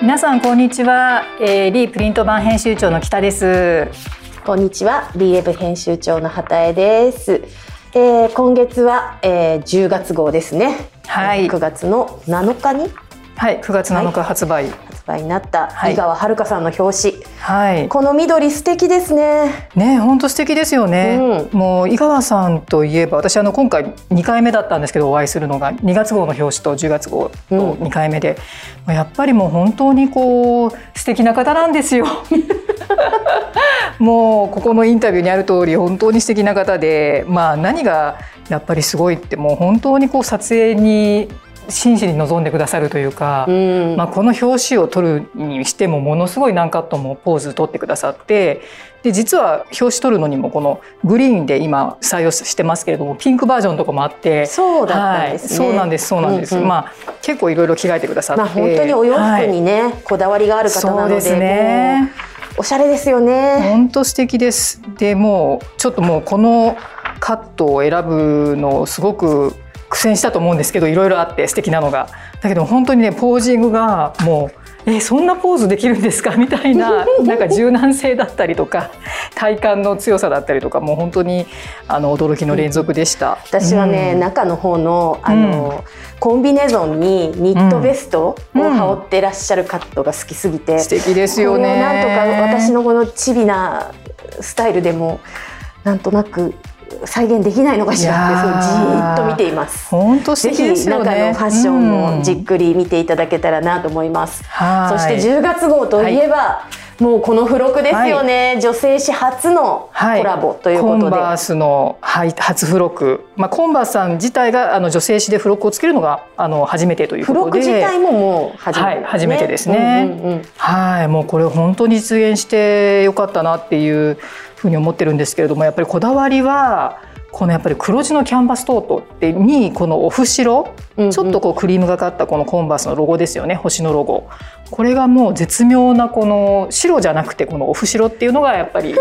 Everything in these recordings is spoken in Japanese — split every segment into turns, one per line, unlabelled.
皆さんこんにちは、えー、リープリント版編集長の北です
こんにちは、リーエブ編集長の畑江です。えー、今月は、えー、10月号ですね。
はい
えー9月の7日に
はい9月7日発売
発売になった
はい
井川遥さんの表紙。
はい、
この緑素敵ですね。
ね本当素敵ですよね、
う
もう井川さんといえば私あの今回2回目だったんですけどお会いするのが2月号の表紙と10月号の2回目で、まあやっぱりもう本当にこう素敵な方なんですよ もうここのインタビューにある通り本当に素敵な方でまあ何がやっぱりすごいってもう本当にこう撮影に真摯に臨んでくださるというか、
うん、
まあ、この表紙を撮るにしてもものすごい何カットもポーズ撮ってくださってで実は表紙撮るのにもこのグリーンで今採用してますけれどもピンクバージョンとかもあって
そうだったんですね。
はい、そうなんですそうなんです、
うんうん
まあ結構いろいろ着替えてくださって、
まあ本当にお洋服にね、こだわりがあ
あ
る方なの
そうで
で、
すね
もうおしゃれですよね。
本当素敵ですでもうちょっともうこのカットを選ぶのをすごく苦戦したと思うんですけどいろいろあって素敵なのがだけど本当にねポージングがもうえそんなポーズできるんですかみたい ななんか柔軟性だったりとか体幹の強さだったりとかもう本当にあの驚きの連続でした。
私はね、
うん
中の方のあの、コンビネゾンにニットベストを羽織ってらっしゃるカットが好きすぎて、
素敵ですよ
これを
ね。
なんとか私のこのチビなスタイルでもなんとなく再現できないのかしらって
い
そ
やー
うじーっと見ています。
本当素
ぜ
敵で
ひ
すよ
中
ね。
のファッション
うん
もじっくり見ていただけたらなと思います。
はい
そして10月号といえば、もうこの付録ですよね、女性誌初のコラボというこ
コ
と
ン
で、
バースの、はい、初付録、まあ、コンバースさん自体があの女性誌で付録をつけるのがあの初めてという
付
こと
録
で
自体ももう初めて,、
はい初めてですね
うんうんうん
はいもうこれ本当に実現してよかったなっていうふうに思ってるんですけれどもやっぱりこだわりはこのやっぱり黒地のキャンバストートってにこのオフ白、
うんうん
ちょっとこうクリームがかったこのコンバースのロゴですよね星のロゴこれがもう絶妙なこの白じゃなくてこのオフ白っていうのがやっぱり
い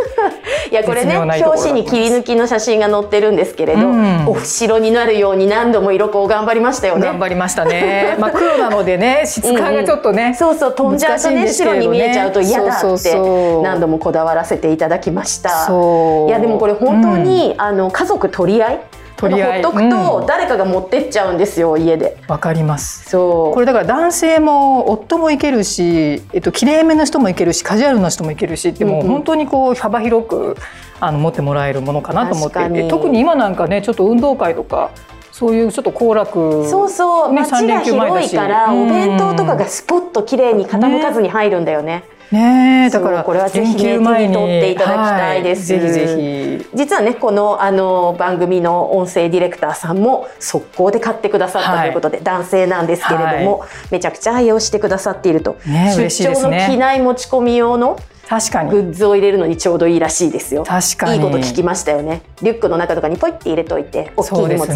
やこれ
絶
ね
妙ないいところだ
表
と思いま
紙に
す
切り抜きの写真が載ってるんですけれど、
うん
お白になるように何度も色こを頑張りましたよ
頑
ね。
張りましたね。まあ黒なのでね質感がちょっとね、
そうそう飛んじゃうとね
難しいんですけれ
白
どね
に見えちゃうと嫌だ
そう
っ
そう
て
そう
何度もこだわらせていただきました。
そう
いやでもこれ本当に、あの家族取り合い
取り合い
ほっとく
うん
と誰かが持ってっちゃうんですよ家で。
わ、かります
そう
これだから男性も夫もいけるし、えっと、きれいめの人もいけるしカジュアルな人もいけるしってもう
うんうん
本当にこう幅広くあの持ってもらえるものかなと思ってい
確か
て
に
特に今なんかねちょっと運動会とかそういうちょっと行楽
そうそう、
ね
街が
三連休前だ
広
し
いから、
うん
お弁当とかがスポッと綺麗に傾かずに入るんだよね。
ねえだか
そ
ら
うこれはぜひね
連休前に
手に取っていただきたいです
はぜひぜひ
実はねこのあの番組の音声ディレクターさんも速攻で買ってくださった
はい
ということで、男性なんですけれども、めちゃくちゃ愛用してくださっていると、
ね
出
嬉しいで
張
す
の
ね
機内持ち込み用の
確か
グ
に
ッズを入れるのにちょうどいいらしいですよ。
確かに
いいこと聞きましたよねリュックの中とかにポイって入れといて大きい荷物の中に
そうで
そ,、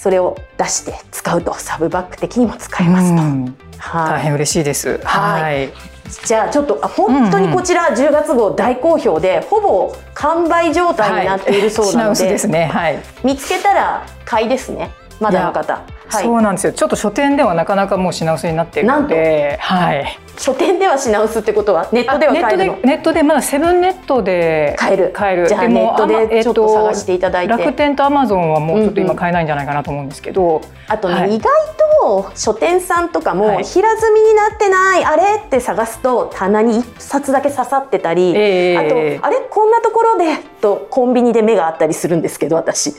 すね
れを出して使うとサブバッグ的にも使えますと、
うん
は
大
い
変嬉しいです
はい
はい
じゃあちょっとあ本当にこちら10月号大好評で、ほぼ完売状態になっているそうな
品
の
薄
で,、
ですね。はい。
見つけたら買いですねまだの方、は
そう
い、
なんですよ。ちょっと書店ではなかなかもう品薄になっているので、はい。
書店では品薄ってことはネットでは
ネッ
買
ト
える
で
の
ネットでまだセブンネットで
買える
買える。
じゃあ
で
ネ
も
ット
あま
でちょっ
え
と
と
探していただいて、
楽天とアマゾンはもうちょっと
うんう
今
ん
買えないんじゃないかなと思うんですけど、
あとね、
はい
意外と書店さんとか
は
も
い
平積みになってない、あれって探すと棚に1冊だけ刺さってたり、
ええ
あとあれこんなところでとコンビニで目があったりするんですけど私。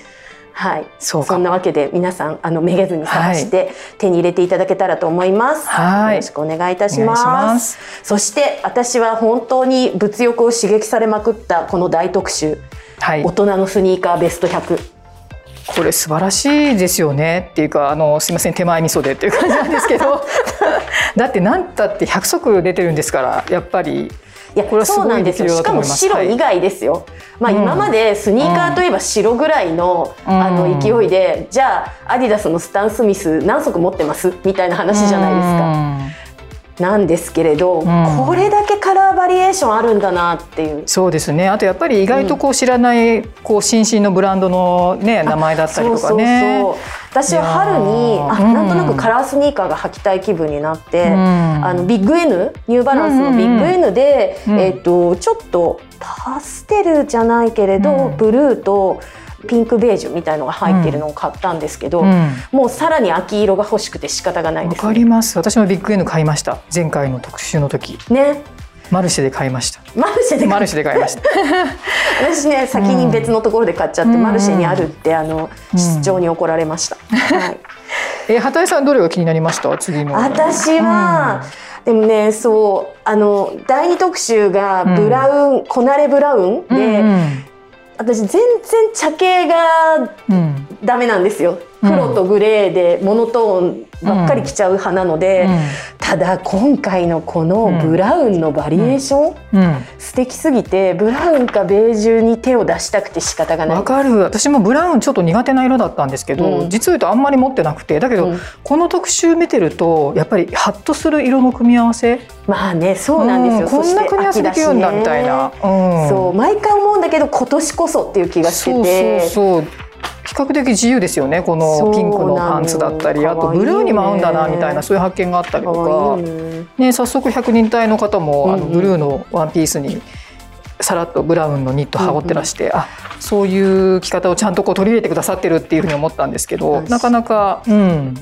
はい、
そうか
んなわけで皆さんあのめげずに探して手に入れていただけたらと思います、
はい
よろしくお願いいたし
お願
ま
い
す
します
そして私は本当に物欲を刺激されまくったこの大特集
はい
大。人のスニーカーベスト100
これ素晴らしいですよねっていうかあのすみません手前味噌でっていう感じなんですけ どだって何だって100足出てるんですからやっぱり
いや
これはす
そう
ご
ないんで
熱
すよ
量
し
だと
か
思い
も
ます
白以外ですよ、まあ、
うん
今までスニーカーといえば白ぐらいの,、あ
うん
の勢いでじゃあアディダスのスタン・スミス何足持ってますみたいな話じゃないですか、
うん
なんですけれど、
ん
これだけカラーバリエーションあるんだなっていう
そうですねあとやっぱり意外とこう知らないこう新進のブランドの、ね、名前だったりとかね。
そうそうそう私は春に
いやー
あ
うん
なんとなくカラースニーカーが履きたい気分になって、
うん
あのビッグ N ニューバランスのビッグ N で、
うんうんうん
えっとちょっとパステルじゃないけれど、
うん
ブルーとピンクベージュみたいのが入ってるのを買ったんですけど、
うん
もうさらに秋色が欲しくて仕方がない
わ
です
かります私もビッグ N 買いました前回の特集の時
ね。
マルシェで買いました
マルシェで
マ
買
ル
っ
シェで買いま した
私ね先に別のところで買っちゃって、
うん
マルシェにあるってあの
うん
室長に怒られ ました。はい
え畑井さんどれが気になりました次の
私は、でもねそうあの第二特集がブラウン、こなれブラウン
うん
で、私全然茶系が
うんうん
ダメなんですよ
うん
黒とグレーでモノトーンばっかり着ちゃう派なので、ただ今回のこのブラウンのバリエーション、
うんうん
素敵すぎてブラウンかベージュに手を出したくて仕方がない
わかる私もブラウンちょっと苦手な色だったんですけど、
うん
実を言うとあんまり持ってなくてだけど、
うん
この特集見てるとやっぱりハッとする色の組み合わせ
まあねそうなんですよ、
うん
そ
こん
して
な組み合わせできるんだみたいな、
秋だしね
うん
そう毎回思うんだけど今年こそっていう気がして
そう
て
そうそう比較的自由ですよねこのピンクのパンツだったり
そうな
あ
の
とブルーにも合うんだ
可
な
愛いよね
みたいなそういう発見があったりと
可
か
愛い
ね
よね
早速100人隊の方も、あ
うん
の
うん
ブルーのワンピースにさらっとブラウンのニット羽織ってらして、あそういう着方をちゃんとこう取り入れてくださってるっていうふうに思ったんですけど
うん
なかなか、うん、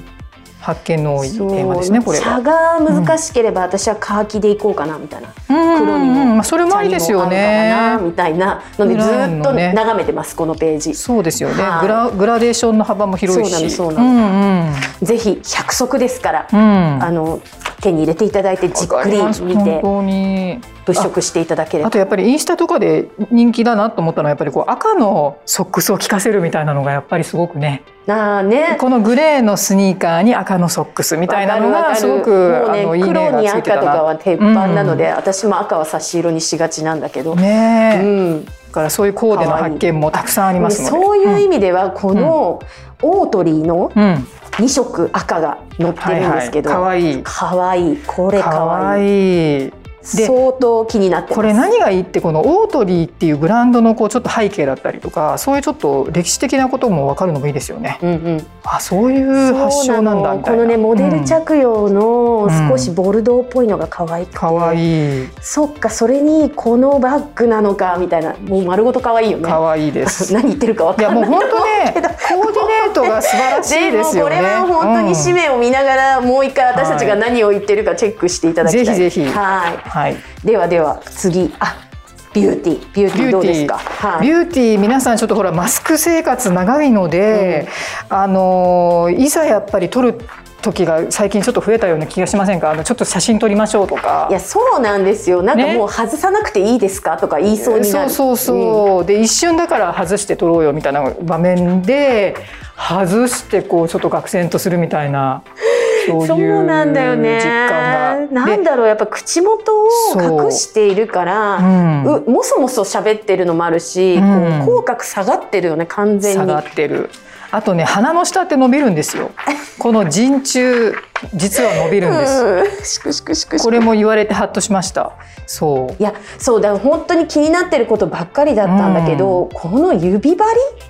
発見の多いテ
そう
ーマですねこれは。
差が難しければ私はカーキでいこうかなみたいな、黒にも
うんまあそれもありですよ
茶にも合うのか
ね
な。みたいなので
ブ
ず
ラウン
っと
のね
眺めてますこのページ
そうですよね、
はい
グラグラデーションの幅も広いし
そうなのそう
うん
ぜひ100足ですから、
うんうん
あの手に入れていただいてじっくり見て
本当に
物色していただけれ
あ
ば
とやっぱりインスタとかで人気だなと思ったのはやっぱりこう赤のソックスを効かせるみたいなのがやっぱりすごくね
なあね
このグレーのスニーカーに赤のソックスみたいなの
わか
が
る
すご
わ
く
か
あ
るも
の
う
い
ね
いね
黒
が
に
ついて
赤と
た
か
な
は鉄板なので、私も赤は差し色にしがちなんだけど、う
ねえ
ん、
だからそういうコーデの発見もたくさんありますので
そういう意味ではこのオートリーの
うんうん
2色赤が載って
はい
るんで
は
す
い
けど、
可愛い
可愛いこれ可
可
愛い
愛いで
相当気になってます
これ何がいいってこのオートリーっていうブランドのこうちょっと背景だったりとかそういうちょっと歴史的なことも分かるのもいいですよね。
うんうん、
あそういう発
そ
祥
う
な
なん
だ
の
みた
こ
いな。
のねモデル
うん
着用の
うん
少しボルドーっぽいのが可愛くて、
かわいい
そっかそれにこのバッグなのかみたいなもう丸ごと可愛いよね
かわいいです。
何言ってるか分
いや
かんない
もう本当ねコーディネートが素晴らしい
で
で
も
す
こ
よね。
れは本当に
う
紙
ん
面を見ながらもう一回私たちが何を言ってるかチェックしていただきたい、
はいぜひぜひ
は
はい、
いではでは次あビューティービューティーどうですかは
ビ
い
ューティー皆さんちょっとほらマスク生活長いので、あのーいざやっぱり撮る時が最近ちょっと増えたような気がしませんかあのちょっと写真撮りましょうとか
いやそうなんですよなんか
ね
もう外さなくていいですかとか言いそうにな
そ
る、
うそうそう、で一瞬だから外して撮ろうよみたいな場面で外してこうちょっと愕然とするみたい なそういう
そうなんだよね。
実感が。
なんだろうやっぱ口元を隠しているから、
でうん
うもそもそ喋ってるのもあるし、
うん
こう口角下がってるよね完全
下
に。
がってるあとね鼻の下って伸びるんですよこの陣中実は伸びるんです、
うん、シクシクシクシ
こ
ク。
れも言われてハッとしましたそう
いやそうだから本当に気になってることばっかりだったんだけど、この指張り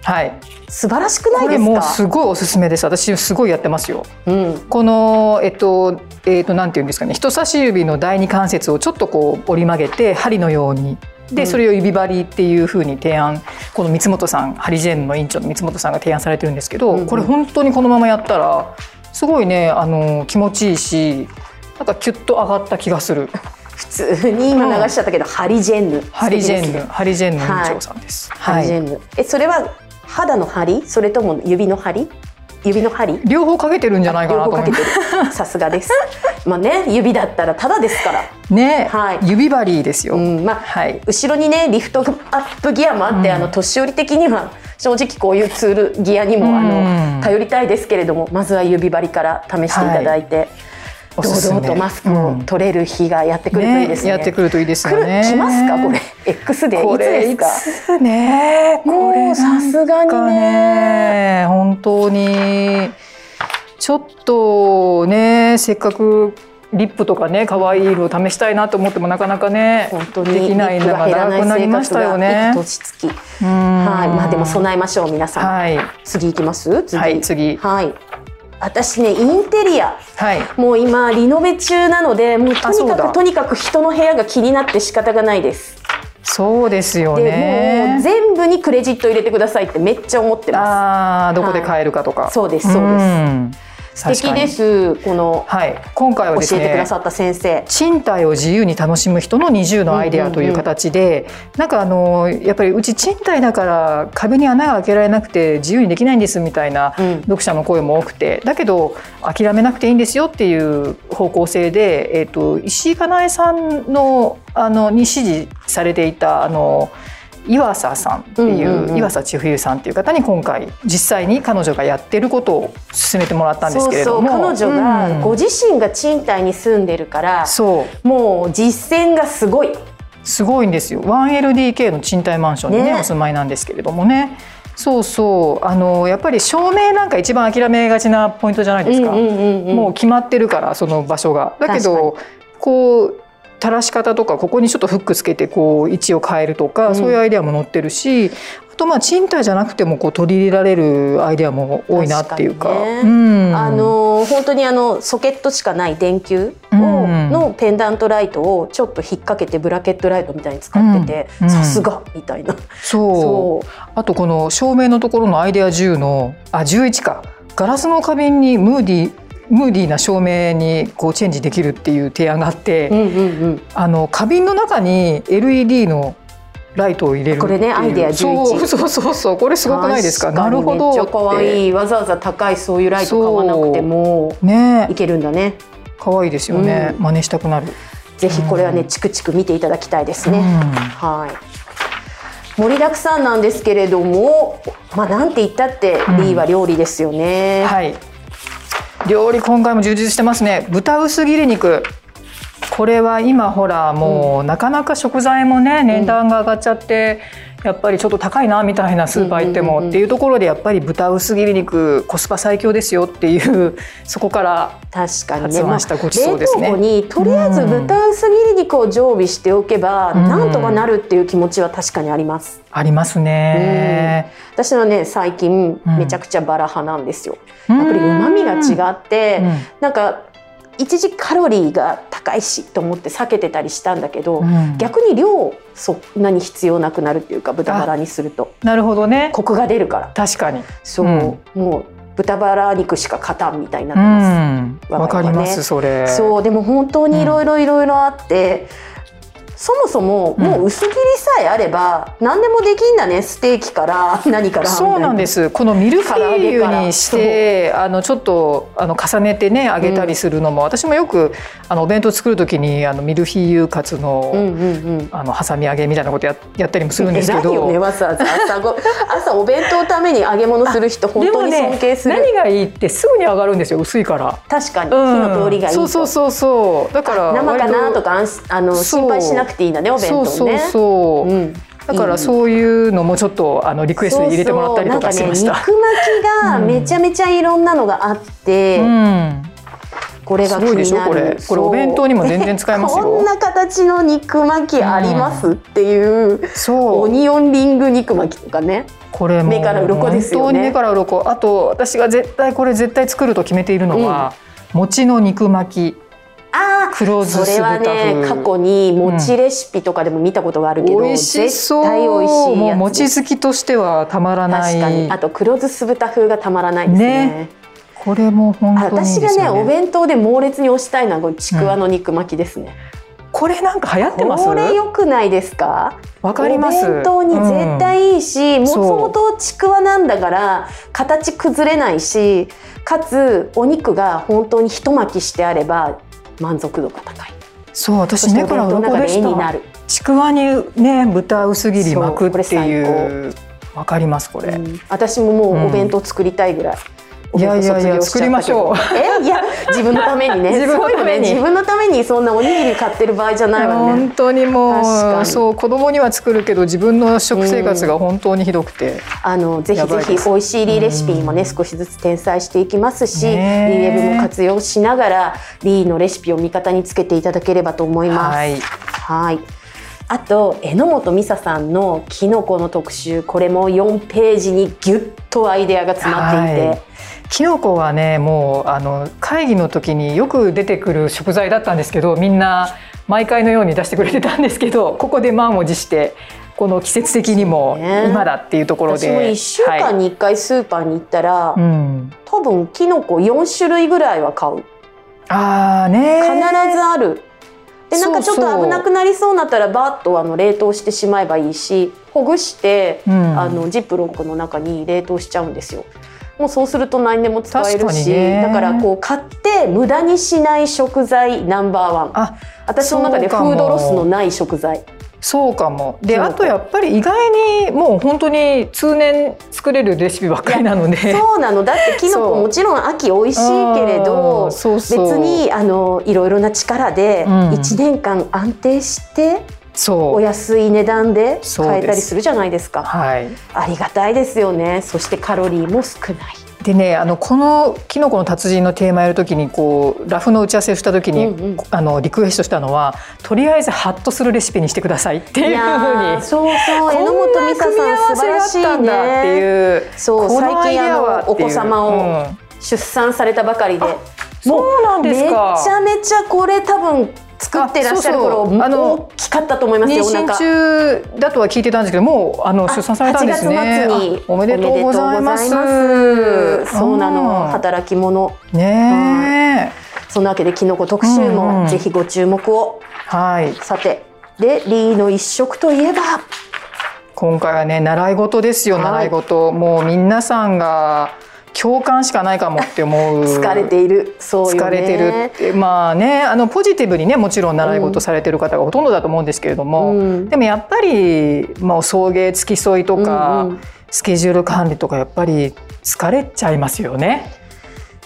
はい
素晴らしくな
こ
いで
れ
す
もう
か。
すごいおすすめです私すごいやってますよ
うん、
このえっとえっとなんていうんですかね人差し指の第二関節をちょっとこう折り曲げて針のように
う
で
ん
それを指針っていう風に提案この三本さんハリジェンヌの院長の三本さんが提案されてるんですけど、
うんうん
これ本当にこのままやったらすごいねあの気持ちいいしなんかキュッと上がった気がする
普通に今流しちゃったけど、ハリジェンヌ。
ハリジェ
素
ン
敵で
ヌ、
すね
ハリジェンヌ院長さんです。
ハ
は
リジェ
い
ンヌ。えそれは肌の張りそれとも指の張り指の張り？
両方かけてるんじゃないかなと
両
思
方
い
か
ます
けて る。さすがです。まあね、指だったらただですから。
ね、
はい
指針ですよ。
うん、まあ、
はい。
後ろにね、リフトアップギアもあって、あの年寄り的には。正直こういうツールギアにも、あ
う
の
ん
頼りたいですけれども、まずは指張りから試していただいて。
おすす
堂
め
々とマスク
う
を
ん
取れる日がやってくるといいですね。
やってくるといいです
来
よ
る
ね。
来ますかこれ X でい
こ
つで
れ
す
い
か
つねこ
も
れ
うさすがに
なんか
ね
ね本当にちょっとねせっかくリップとかね可愛い色を試したいなと思ってもなかなかね
本当に
できないのが長くなりましたよね。
年月。はい。
うん
まあでも備えましょう皆さん。
はい
次行きます。次。
はい次
はい私ねインテリア
はい
もう今リノベ中なのでもうと
あそ
に
う
か
だ
くとにかく人の部屋が気になって仕方がないです。
そうですよ
でもう
ね。
全部にクレジット入れてくださいってめっちゃ思ってま
ああどこで買えるかとか。
す。そうですそうです。
です
素敵ですこの
はい今回はです
教え
ね
てくださった先生。
賃貸を自由に楽しむ人の20のアイデアという形で、なんかあのやっぱりうち賃貸だから壁に穴が開けられなくて自由にできないんですみたいな
うん
読者の声も多くてだけど諦めなくていいんですよっていう方向性で、えっと石井かなえさんのあのに支持されていたあの岩佐さんっていう,、
うんうんうん
岩佐千冬さんっていう方に今回実際に彼女がやってることを勧めてもらったんですけれども
そうそう彼女
う
が
ん
ご自身が賃貸に住んでるから、
そう
もう実践がすごい。
すごいんですよ 1LDK の賃貸マンションにね
ね
お住まいなんですけれどもねそうそうあのやっぱり照明なんか一番諦めがちなポイントじゃないですか、
うんうんうんうん
もう決まってるからその場所がだけどこう垂らし方とかここにちょっとフックつけてこう位置を変えるとか、
うん
そういうアイデアも載ってるしあとまあ賃貸じゃなくてもこう取り入れられるアイデアも多いなっていうか
確かにね
うん、
あの本当にあのソケットしかない電球を、
うん
のペンダントライトをちょっと引っ掛けてブラケットライトみたいに使ってて、
うんうん
さすがみたいな。
そう
そう
あとこの照明のところのアイデア10のあ11かガラスの花瓶にムーディームーディーな照明にこうチェンジできるっていう提案があって、
うんうん
あの花瓶の中に LED のライトを入れるっていう
これねアイデア11
そうそうそうそうこれすごくないですかなるほど
めっちゃ可
い
愛いわざわざ高いそういうライト買わなくても
ね
いけるんだね。
可愛いですよね、
うん
真似したくなる、
ぜひこれはねチクチク見ていただきたいです
う
ね。
ん
はい。盛りだくさんなんですけれども、まあなんて言ったって
ん
リーは料理ですよね。
はい料理今回も充実してますね豚薄切り肉これは今ほらもうなかなか食材もね値段が上がっちゃって、やっぱりちょっと高いなみたいなスーパー行って
うんうんうんう
も
ん
っていうところでやっぱり豚薄切り肉コスパ最強ですよっていう そこから
確かにね。
発案したごちそうですね
まあ冷凍庫にとりあえず豚薄切り肉を常備しておけば、
うん
なんとかなるっていう気持ちは確かにあります。
ありますね。
私はね最近
うん
めちゃくちゃバラ派なんですよ。
や
やっぱり旨味が
う
違って、
ん。
なんか一時カロリーが高いしと思って避けてたりしたんだけど、
うん
逆に量そんなに必要なくなるっていうか豚バラにすると
なるほどね。
コクが出るから。
確かに。
そう、
う
もう豚バラ肉しか勝たんみたいになっ
う
て
ん。
まわ
わ
か
か
れば
り
ね
ますそれ。
す。そうでも本当にいろいろいろいろあって、そもそも
うん
もう薄切りさえあれば何でもできんだねステーキから何から。
そうなんですす。このミルフィーユにして、あのちょっとあの重ねてね揚げたりするのも、私もよくあのお弁当作る時にあのミルフィーユカツの、
うんうんうん。
あの挟み揚げみたいなことややったりもするんですけ
偉い
ど。
よねわざわざ朝 ご朝お弁当のために揚げ物する人本
で
当
も
に
ね
尊敬する、
何がいいってすぐに上がるんですよ薄いから。
確かに
うん
火の通りがいいと、
そうそうそうそう。だから
生かなと
か
か安心あの
そう
心配しなくていいんだねお弁当
そう
ね
そうそう。
うん
だからそういうのもちょっとあのリクエストに入れてもらったりとかしました。
そうそうなんかね、肉巻きがめちゃめちゃいろんなのがあって、
うん、
これ
す
が気
ごいで
に
しょ
な
これ
る。
これお弁当にも全然使えます
そう
よ。
こんな形の肉巻きありますっていう、
そ
オ
う
ニオンリング肉巻きとかね。
これも
目から鱗ですよね
本当に目から鱗あと私が絶対これ絶対作ると決めているのは、餅の肉巻き
あ
黒
あ、
酢
そ
酢
れは
豚
ね
風。
過去に餅レシピとかでも見たことがあるけど、
美味しそう
絶対美味しい
も
やつ。
う餅好きとしてはたまらな
確かに。あ
い
と黒酢酢豚風がたまらないですね。
ねこれも本
あ
当にいい
私
で
が
す
ね
よね
お弁当で猛烈に推したいのはこのちくわの肉巻きですね。
これなんか流行ってます
これ良くないですか？
わかります
お弁当に絶対いいし、も
そ
と
う
もとちくわなんだから形崩れないし、かつお肉が本当にひと巻きしてあれば満足度が高い。
そう
そ
私
し
目
てお
か
弁
ら
当の
鱗
中
で
で絵
し
に
た
なる。
ちくわにね豚薄切り巻くって
そうこれ
いうわかりますこれ、
うん私ももうお弁当作りたいぐらい。お弁当卒業しちゃったけ
いやいやいや作
ど
りましょう
えいや自分のために ね
自分のために
そうよね自分のためにそんなおにぎり買ってる場合じゃないわね
本当にも
確か
う
に
そう子供には作るけど自分の食生活が本当にひどくて、
あのぜひ
や
ぜ
ばい
ひ
です
美味しいレシピもね少しずつ転載していきますし、
ねえ
D ウェブも活用しながら D のレシピを味方につけていただければと思います。
はい
はい。あと榎本美沙さんのキノコの特集これも4ページにギュッとアイデアが詰まっていて、
はいキノコはねもうあの会議の時によく出てくる食材だったんですけどみんな毎回のように出してくれてたんですけどここで満を持してこの季節的にも
そうね
今だっていうところで、
私も1週間
はい
に1回スーパーに行ったら、
うん、
多分キノコ4種類ぐらいは買う
ああね
必ずある。でなんかちょっ
そうそ
と
う
危なくなりそうになったらバーッとあの冷凍してしまえばいいしほぐして、
うん
あのジップロックの中に冷凍しちゃうんですよ。もうそうすると何でも使える
確かに
し、
ね
だからこう買って無駄にしない食材ナンバーワン
あ
私の中でフ
そうかも
ードロスのない食材
そうかも
キ
で
ノコ
あとやっぱり意外にもう本当に通年作れるレシピばっかりなので
そうなのだってきのこ
そう
もちろん秋美味しいけれ
う
ど
んそう
別
そう
にあのいろいろな力で
うん
1年間安定してお
そう
安い値段で
そう
買えた
で
り
す
するじゃないですか
はい
ありがたいですよねそしてカロリーも少ない
でねあのこの「キノコの達人」のテーマやるときにこうラフの打ち合わせをしたときに、
うんうん
あのリクエストしたのはとりあえずハッとするレシピにしてください っていうふうに
やーそうそう
こ
榎
ん
本
な
美香
組み合
さん
わ
素晴
せ
ら
だ
しい
ったんだって
ね
いう
そう
このア
最
イデ
近
ア
あ
は
のお子様を
っていう
出産されたばかりで
あそうなんですか
めちゃめちゃこれ多分作ってらっしゃる頃
あそうそうあの
大きかったと思います
妊
よお
娠
腹
中だとは聞いてたんですけどもうあの
あ
出産されたんですね
8月末に
あおめでとうございます
おめでとうございますそうなの
ん
働き者
ねえ
そんなわけでキノコ特集
うんう
も
ん
ぜひご注目を
はい
さてでリーの一食といえば
今回はね習い事ですよ、
はい
習い事もう皆さんが共感しかないかもって思う
疲れているそうよね
疲れてるってまあねあのポジティブにねもちろん習い事されてる方がほとんどだと思うんですけれども、
うん
でもやっぱり、まあ、送迎付き添いとか、
うんうん
スケジュール管理とかやっぱり疲れちゃいますよね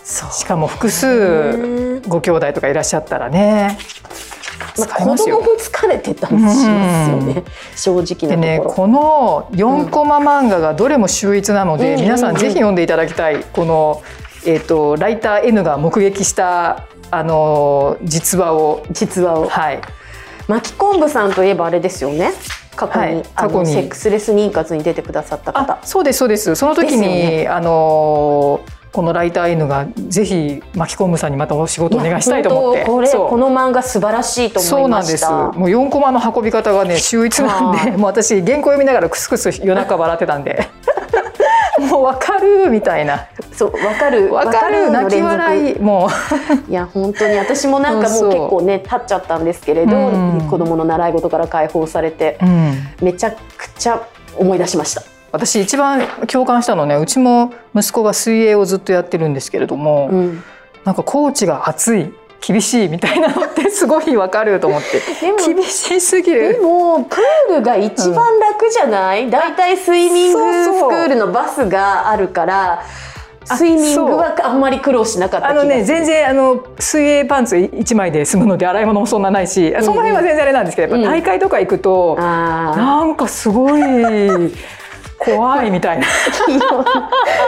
そう
しかも複数
ね
ご兄弟とかいらっしゃったらね
まあ
疲れ
子
ます
供
よ
も疲れてたりしますよね、正直
で
な
ね
ところ。
この4コマ漫画がどれも秀逸なので、
うん
皆さ
うん
ん
うん
ぜひ読んでいただきたいこの、えー、とライター N が目撃したあの実話を、
実話を
はい、
巻き昆布さんといえばあれですよね過去に,、
はい
あの
過去に
セックスレス妊活に出てくださった
あ
方
そうですそうですその時に、
ですよ
あのこのライター N がぜひ巻き込むさんにまたお仕事お願いしたいと思っ
い
て
や本当これ
そう
この漫画素晴らしいと
そ
思
う
い
な
ま
んで
し
すもう
た
4コマの運び方が ね秀逸なんで
は
もう私原稿読みながらクスクス夜中笑ってたん でもう分かるみたいな
そうわかる
分かる
の
泣き
連続
笑いもう
いや本当に私もなんかもう
そう
結
そう
構ね立っちゃったんですけれど、
うんうん
子供の習い事から解放されてめちゃくちゃ思い出しました。
私一番共感したのねうちも息子が水泳をずっとやってるんですけれども、
うん
なんかコーチが熱い厳しいみたいなのってすごい分かると思って
でも
厳しすぎ
で
る。
もプールが一番楽じゃない、だいたいスイミング
そう
ス
そう
クールのバスがあるから
あ
スイミングはあんまり苦労しなかった
あ
気が
の
する
ね全然あの水泳パンツ一枚で済むので洗い物もそんなないし、その辺は全然あれなんですけどやっぱ大会とか行くと、
あ
なんかすごい怖いみたいな。
ーいいよ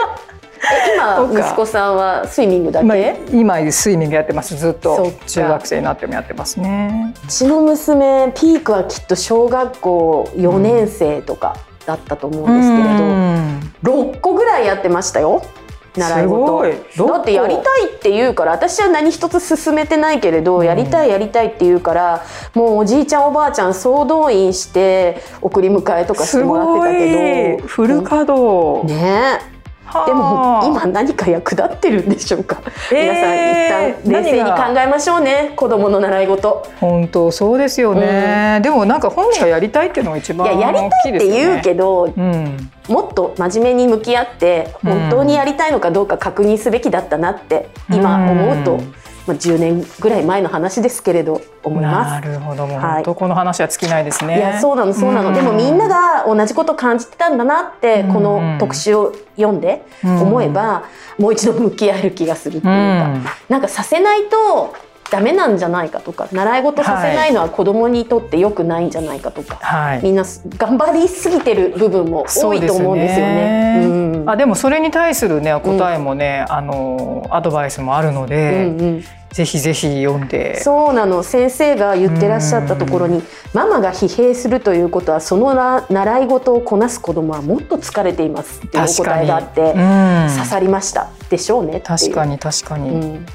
そう
え今
か
息子さんはスイミングだけ、
今今スイミングやってますずっ
そ
と
っか
中学生になってもやってますね。
うちの娘ピークはきっと小学校4年生とかだったと思うんですけれど、
うん
6個ぐらいやってましたよ習い事
すごい
だってやりたいって言うから私は何一つ進めてないけれど、やりたいやりたいって言うからもうおじいちゃんおばあちゃん総動員して送り迎えとかして
す
もらっ
ご
てたけ
い
ど
フル稼働。
うんねえ
はあ
でも今何か役立ってるんでしょうか、
えー
皆さん一旦冷静に
何
考えましょうね子供の習い事
本当そうですよね、でもなんか本人がやりたいっていうのが一
い
番
ややり
大
た
きい
いっ
で
て
すよね。
言うけど
うん
もっと真面目に向き合って本当にやりたいのかどうか確認すべきだったなって今思うと
うん
まあ、10年ぐらい前の話ですけれど思いま
な
す。
るほどもう
はい
本当この話は尽きないですね。
いやそうなのそうなの、
うん
でもみんなが同じこと感じてたんだなって、
うん
この特集を読んで
うん
思えば、もう一度向き合える気がするっていううか、
ん
なんかさせないとダメなんじゃないかとか習い事させないのは子供にとって良くないんじゃないかとか、
はい
みんな頑張りすぎてる部分も多いと思うんですよね。
そうですね
うん
あでもそれに対するね答えもね、あのアドバイスもあるので、
うんうん
ぜひぜひ読んで
そうなの先生が言ってらっしゃったところにママが疲弊するということはそのら習い事をこなす子供はもっと疲れていますっていうお
確か
答え
に
があって
うん
刺さりましたでしょうねってい
確
う
かに確かに、
うん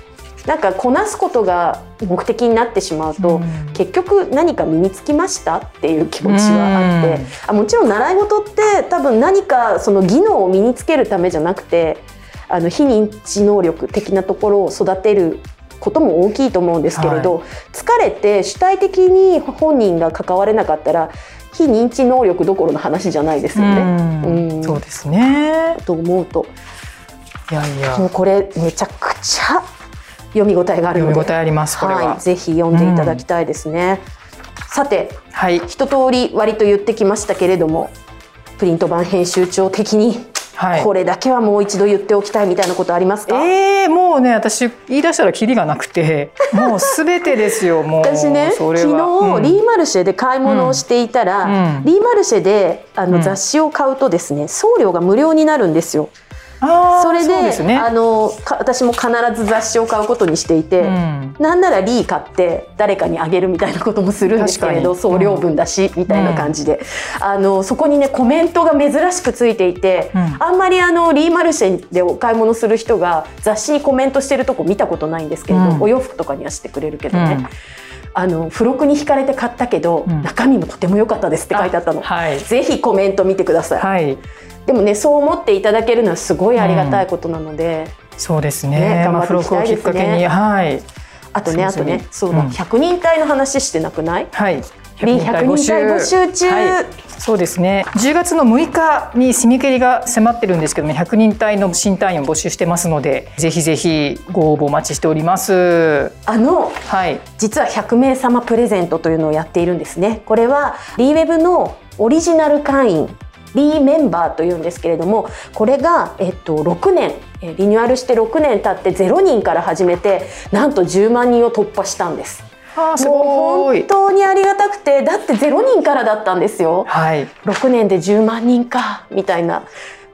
なんかこなすことが目的になってしまうと、
うん
結局何か身につきましたっていう気持ちはあって、
うん
あもちろん習い事って多分何かその技能を身につけるためじゃなくてあの非認知能力的なところを育てることも大きいと思うんですけれど、疲れて主体的に本人が関われなかったら非認知能力どころの話じゃないですよね。
うん
うん
そうですね
と思うと
いやい
も
や
うこれめちゃくちゃ読み応えがあ
読
るの
み
で
応えありますこれは、
はい、ぜひ読んでいただきたいですね。さて
はい
一通り割と言ってきましたけれどもプリント版編集長的に
はい
これだけはもう一度言っておきたいみたいなことありますか、
えー、もうね私言い出したらキリがなくて もうすべてですよもう
私ね
そ
昨
れ
日、
は
リーマルシェで買い物をしていたら、
うんうん
リーマルシェであの、
うん
雑誌を買うとですね送料が無料になるんですよ。そ
そ
れで
そうですね
あのか私も必ず雑誌を買うことにしていて、
うん
なんならリー買って誰かにあげるみたいなこともするんですけれど
確かに
送料分だし、みたいな感じで、あのそこにねコメントが珍しくついていて、
うん
あんまりあのリーマルシェでお買い物する人が雑誌にコメントしてるとこ見たことないんですけれど、
うん
お洋服とかにはしてくれるけど
うん
ね、あの付録に惹かれて買ったけど、
うん
中身もとても良かったですって書いてあったの。
はい
ぜひコメント見てください、
はい
でもねそう思っていただけるのはすごいありがたいことなので、
そうです
ね
ね。まあ、付
頑張っていき
録
た
をき
いで
っ
すね
かけに、はい、
あとねあとねそうだ、
うん
100人隊の話してなくない
はい。
B100 人隊募集中
はい、そうですね10月の6日に締め切りが迫ってるんですけども100人隊の新隊員を募集してますのでぜひぜひご応募お待ちしております
あの
はい
実は100名様プレゼントというのをやっているんですねこれはリーウェブのオリジナル会員リーメンバーというんですけれどもこれが、えっと、6年えーリニューアルして6年経って0人から始めてなんと10万人を突破したんです
あーす
も
ご
う
ー
本
い
当にありがたくてだって0人からだったんですよ
はい
6年で10万人かみたいな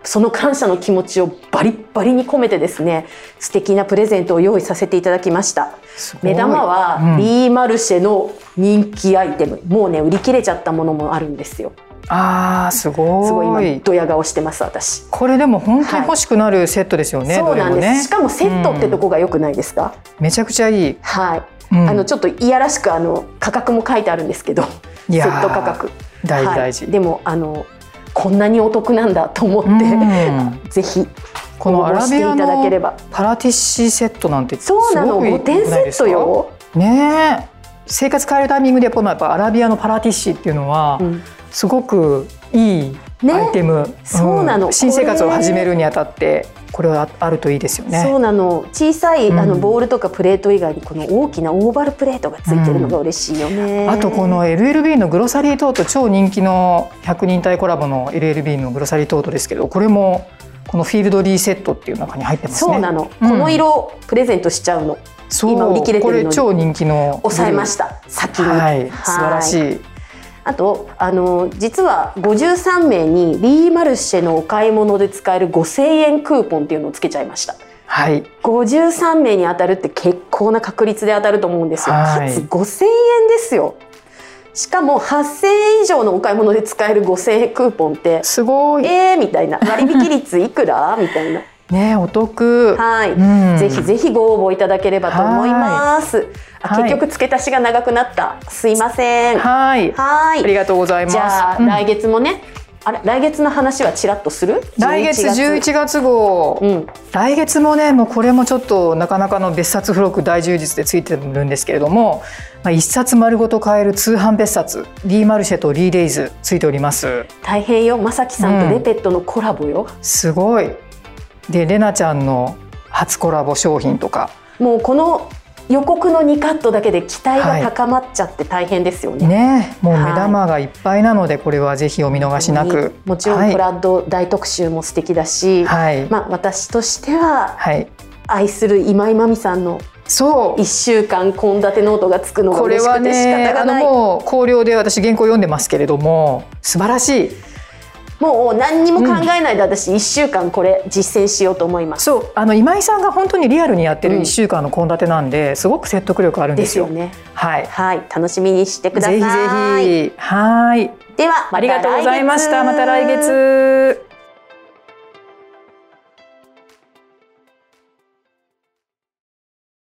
その感謝の気持ちをバリッバリに込めてですね素敵なプレゼントを用意させていただきました
すごい
目玉は
うん
リーマルシェの人気アイテム、もうね売り切れちゃったものもあるんですよ
あーすごーい
すごい今ドヤ顔してます私、
これでも本当に欲しくなるセットですよね、
そうなん
ど
で
れも
す、
ね
しかもセットってとこが良くないですか、
めちゃくちゃいい
はい、
うん
あのちょっといやらしくあの価格も書いてあるんですけど
い
セ
やー
ット価格
大事大事、
はい、でもあのこんなにお得なんだと思って、
う
ぜひ
このアラビア
応募していただけれ
の
ば
パラティッシーセットなんてす
そうなの
ごくいい
5点
じゃないで
セッ
すか
トよ、
ねえ生活変えるタイミングでこのやっぱアラビアのパラティッシーっていうのは
うん
すごくいい
ね
アイテム、
そうなの
新生活を始めるにあたってこれはあるといいですよ
そ
ね
うなの小さい
うん
あのボールとかプレート以外にこの大きなオーバルプレートがついてるのが嬉しいよね、
あとこの LLB のグロサリートート超人気の100人体コラボの LLB のグロサリートートですけどこれもこのフィールドリーセットっていう中に入ってますね
そうなの、
うん
この色をプレゼントしちゃうの
そう
今売り切れてるのに
これ超人気の
抑えましたた先に
はい素晴ら
はい
しい
あとあの実は53名にリーマルシェのお買い物で使える5000円クーポンっていうのをつけちゃいました
はい
53名に当たるって結構な確率で当たると思うんですよ、
はい
かつ5000円ですよしかも8000円以上のお買い物で使える5000円クーポンって
すごいね
えーみたいな割引率いくらみたいな
えお得
はい、
うん
ぜひぜひご応募いただければと思いますあ
はい
結局付け足しが長くなったすいませんは
はい
い
ありがとうございます。
じゃあ、
うん
来月もねあれ来月の話はちらっとする
来月11月号、
うん
来月もねもうこれもちょっとなかなかの別冊付録大充実でついてるんですけれども、まあ、一冊丸ごと買える通販別冊リーマルシェとリーデイズついております
大変よまさきさんと
う
レ
ん
ペットのコラボよ、
すごいでレナちゃんの初コラボ商品とか
もうこの予告の2カットだけで期待が高まっちゃって大変ですよね。
ねもう目玉がいっぱいなので、これはぜひお見逃しなく。
もちろんブラッド大特集も素敵だし、
はい。はい。
まあ、私としては
はい
愛する今井真美さんの
そう
1。週間献立ノートがつくのが
これ
嬉し
は
くて仕
ね、
方が
あの
ない、
もう考慮で私原稿読んでますけれども、素晴らしい。
もう何にも考えないで私1週間これ実践しようと思います。
そう、あの今井さんが本当にリアルにやって
う
る
ん
一週間の献立なんで、すごく説得力あるんで
ですす
よ。
よね。
はい。
はい、楽しみにしてくださ
ぜ
い。
ひぜひ。はい。
では、また
ありがとうございました。また来
来月
月。